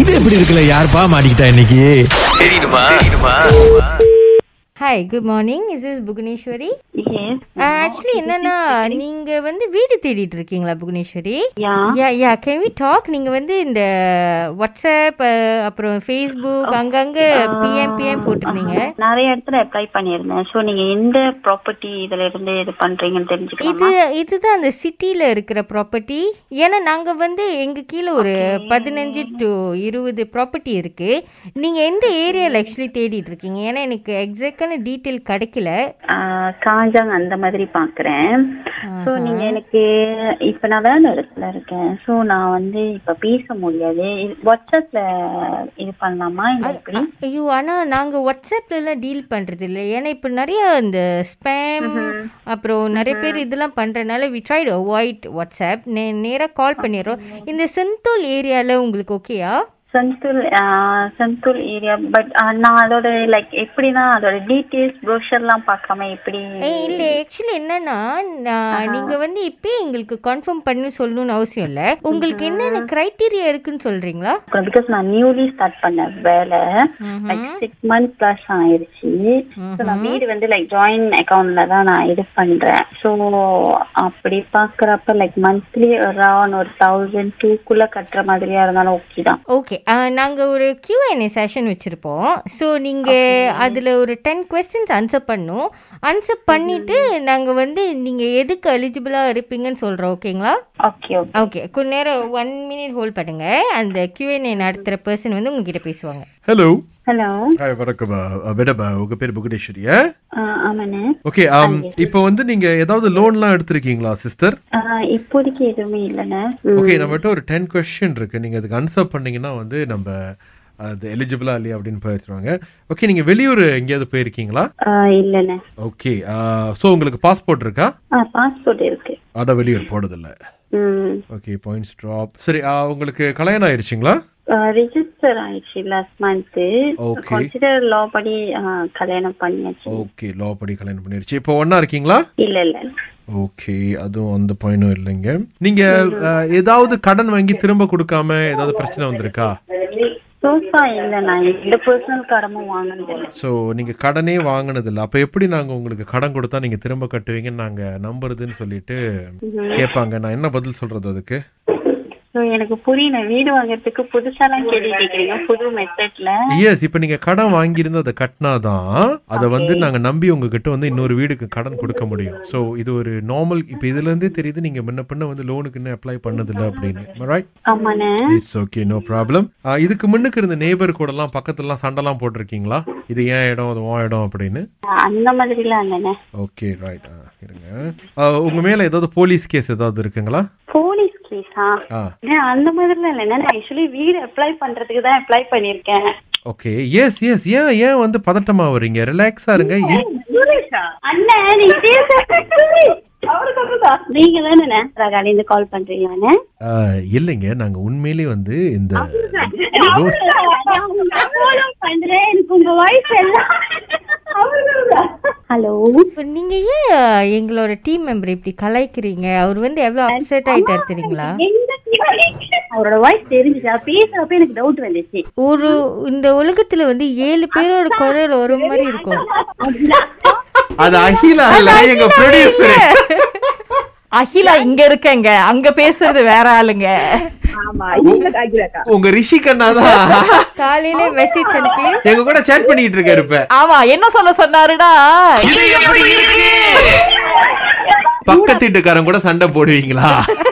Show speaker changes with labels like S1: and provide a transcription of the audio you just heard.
S1: இது எப்படி இருக்குல்ல யாருப்பா மாட்டிக்கிட்டா இன்னைக்கு
S2: hi good morning is is Bhuvaneshwari
S3: Yes.
S2: Actually Uh, என்னன்னா நீங்க வந்து வீடு தேடிட்டு இருக்கீங்களா Bhuvaneshwari
S3: Yeah.
S2: Yeah yeah can we talk நீங்க வந்து இந்த வாட்ஸ்அப் அஹ், அப்புறம் ஃபேஸ்புக் அங்கங்க பிஎம் பிஎம் போட்டிருந்தீங்க
S3: Uh, நிறைய இடத்துல அப்ளை பண்ணியிருந்தேன் சோ நீங்க எந்த ப்ராப்பர்ட்டி இதுல இருந்து இது பண்றீங்கன்னு தெரிஞ்சுக்கலாமா
S2: இது இதுதான் அந்த சிட்டில இருக்கிற ப்ராப்பர்ட்டி ஏன்னா நாங்க வந்து எங்க கீழே ஒரு பதினஞ்சு டு இருபது ப்ராப்பர்ட்டி இருக்கு நீங்க எந்த ஏரியால ஆக்சுவலி தேடிட்டு இருக்கீங்க ஏன்னா எனக்கு எக்ஸாக்டான டீட்டெயில் கிடைக்கல
S3: ஆஹ், காஞ்சாங் அந்த மாதிரி பாக்குறேன் சோ நீங்க எனக்கு இப்ப நான் வேலை இடத்துல இருக்கேன் சோ நான் வந்து இப்ப பேச முடியாது இது- வாட்ஸ்அப்ல இது பண்ணலாமா இல்ல எப்படி
S2: ஐயோ ஆனா நாங்க வாட்ஸ்அப்ல எல்லாம் டீல் பண்றது இல்ல ஏன்னா இப்போ நிறைய இந்த ஸ்பேம் அப்புறம் நிறைய பேர் இதெல்லாம் பண்றதுனால வி ட்ரைட் அவாய்ட் வாட்ஸ்அப் நே நேரா கால் பண்ணிடுறோம் இந்த செந்தோல் ஏரியால உங்களுக்கு ஓகேயா
S3: சந்தூர் சந்தூர் ஏரியா பட் நான் அதோட லைக் எப்படின்னா அதோட டீட்டெயில்ஸ் ப்ரோஷர்லாம் பார்க்காம எப்படி
S2: ஏய் இல்ல ஆக்சுவலி என்னன்னா நான் நீங்க வந்து இப்பயே எங்களுக்கு கன்ஃபார்ம் பண்ணி சொல்லணும்னு அவசியம் இல்ல உங்களுக்கு என்னென்ன கிரைட்டீரியா இருக்குன்னு சொல்றீங்களா
S3: பிகாஸ் நான் நியூலி ஸ்டார்ட் பண்ண வேலை லைக் சிக்ஸ் மந்த் ப்ளஸ் ஆயிருச்சு ஸோ நான் வீடு வந்து லைக் ஜாயின் அக்கௌண்ட்ல தான் நான் இது பண்றேன் ஸோ அப்படி பாக்குறப்ப லைக் மந்த்லி அரௌண்ட் ஒரு தௌசண்ட் டூக்குள்ள கட்டுற மாதிரியா இருந்தாலும் ஓகே தான்
S2: ஓகே நாங்க ஒரு கியூஎன்ஏ செஷன் வச்சிருப்போம் ஸோ நீங்க அதுல ஒரு டென் கொஸ்டின்ஸ் ஆன்சர் பண்ணும் ஆன்சர் பண்ணிட்டு நாங்க வந்து நீங்க எதுக்கு எலிஜிபிளா இருப்பீங்கன்னு சொல்றோம் ஓகேங்களா
S3: ஓகே ஓகே
S2: ஓகே கொஞ்ச நேரம் ஒன் மினிட் ஹோல்ட் பண்ணுங்க அந்த கியூஎன்ஏ நடத்துற பர்சன் வந்து உங்ககிட்ட பேசுவாங்க
S1: ஹலோ
S3: ஹலோ
S1: ஹாய் வணக்கம் மேடம் உங்க பேர் புகடேஸ்வரியா
S3: ஆமாண்ணே
S1: ஓகே um, இப்போ வந்து நீங்க ஏதாவது லோன்லாம் எடுத்திருக்கீங்களா சிஸ்டர்
S3: ஆஹ் இப்போதைக்கு எதுவுமே இல்லைண்ணே
S1: ஓகே நம்மகிட்ட ஒரு டென் கொஸ்டின் இருக்கு நீங்க அதுக்கு ஆன்சர் பண்ணீங்கன்னா வந்து நம்ம அது எலிஜிபிளா இல்லையா அப்படின்னு பேசுவாங்க ஓகே நீங்க வெளியூர் எங்கேயாவது போயிருக்கீங்களா
S3: ஆஹ் இல்லைண்ணே
S1: ஓகே ஸோ உங்களுக்கு பாஸ்போர்ட் இருக்கா
S3: ஆ பாஸ்போர்ட் இருக்கு
S1: ஆனா வெளியூர் போடுதில்ல
S3: ம்
S1: ஓகே பாயிண்ட்ஸ் ட்ராப் சரி ஆ, உங்களுக்கு கல்யாணம் ஆயிருச்சுங்களா
S3: ரிஜிஸ்டர் ஆயிடுச்சு லாஸ்ட் மந்த்து
S1: Okay.
S3: கன்சிடர் லா படி ஆஹ் கல்யாணம் பண்ணியாச்சு
S1: ஓகே லா படி கல்யாணம் பண்ணிருச்சு இப்போ ஒண்ணா இருக்கீங்களா
S3: இல்ல இல்ல
S1: ஓகே அதுவும் அந்த பாயிண்டும் இல்லைங்க நீங்க ஆ, ஏதாவது கடன் வாங்கி திரும்ப கொடுக்காம ஏதாவது பிரச்சனை வந்திருக்கா
S3: சோஃபா இல்ல நான் எந்த பர்சனல் கடமும் வாங்கினது இல்ல
S1: ஸோ நீங்கள் கடனே வாங்கினதில்ல அப்போ எப்படி நாங்கள் உங்களுக்கு கடன் கொடுத்தா நீங்கள் திரும்ப கட்டுவீங்கன்னு நாங்கள் நம்புறதுன்னு சொல்லிட்டு கேட்பாங்க நான் என்ன பதில் சொல்கிறது அதுக்கு
S3: So, எனக்கு புரியல வீடு வாங்குறதுக்கு புதுசாலாம் கேள்வி கேக்குறீங்க புது மெத்தட்ல
S1: எஸ் இப்போ நீங்கள் கடன் வாங்கியிருந்து அதை கட்டினா தான் அதை வந்து நாங்கள் நம்பி உங்ககிட்ட வந்து இன்னொரு வீடுக்கு கடன் கொடுக்க முடியும் ஸோ இது ஒரு நார்மல் இப்போ இதுலேருந்தே தெரியுது நீங்கள் முன்ன பின்ன வந்து லோனுக்கு இன்னும் அப்ளை பண்ணதில்லை அப்படின்னு ரைட்
S3: ஆமாண்ணே
S1: இட்ஸ் ஓகே நோ ப்ராப்ளம் இதுக்கு முன்னுக்கு இருந்த நெய்பர் கூடலாம் பக்கத்துலலாம் சண்டைலாம் போட்டிருக்கீங்களா இது ஏன் இடம் அது உன் இடம் அப்படின்னு
S3: அந்த மாதிரிலாம் இல்லைண்ணே
S1: ஓகே ரைட் இருங்க ஆ, உங்க மேல ஏதாவது போலீஸ் கேஸ் ஏதாவது இருக்குங்களா
S3: போலீஸ் கேஸா
S1: ஆ
S3: அந்த மாதிரிலாம் இல்லைண்ணே நான் ஆக்சுவலி வீடு அப்ளை பண்றதுக்கு தான் அப்ளை பண்ணிருக்கேன்
S1: ஓகே எஸ் எஸ் ஏன் ஏன் வந்து பதட்டமா வரீங்க ரிலாக்ஸா இருங்க இரு-
S3: அண்ணே நீங்க நீங்க தானே ராகாலேந்து கால் பண்றீங்களாண்ணே
S1: ஆ, இல்லைங்க நாங்க உண்மையிலே வந்து இந்த
S3: ஹலோ
S2: நீங்க ஏன் எங்களோட டீம் மெம்பர் இப்படி கலாய்க்கிறீங்க அவர் வந்து எவ்வளவு அப்செட் ஆயிட்டாரு தெரியுங்களா
S3: அவரோட வாய்ஸ் தெரிஞ்சுச்சா பேசுறப்ப எனக்கு டவுட் வந்துச்சு
S2: ஒரு இந்த உலகத்துல வந்து ஏழு பேரோட குரல் ஒரு மாதிரி இருக்கும்
S1: அது அகிலா இல்ல எங்க ப்ரொடியூசர்
S4: அகிலா இங்க இருக்கங்க அங்க பேசுறது வேற ஆளுங்க
S1: உங்க ரிஷி கண்ணா தான்
S2: காலையில மெசேஜ் அனுப்பி
S1: எங்க கூட சேட் பண்ணிட்டு இருக்காரு இப்ப
S4: ஆமா என்ன சொல்ல சொன்னாருன்னா
S1: பக்கத்து வீட்டுக்காரன் கூட சண்டை போடுவீங்களா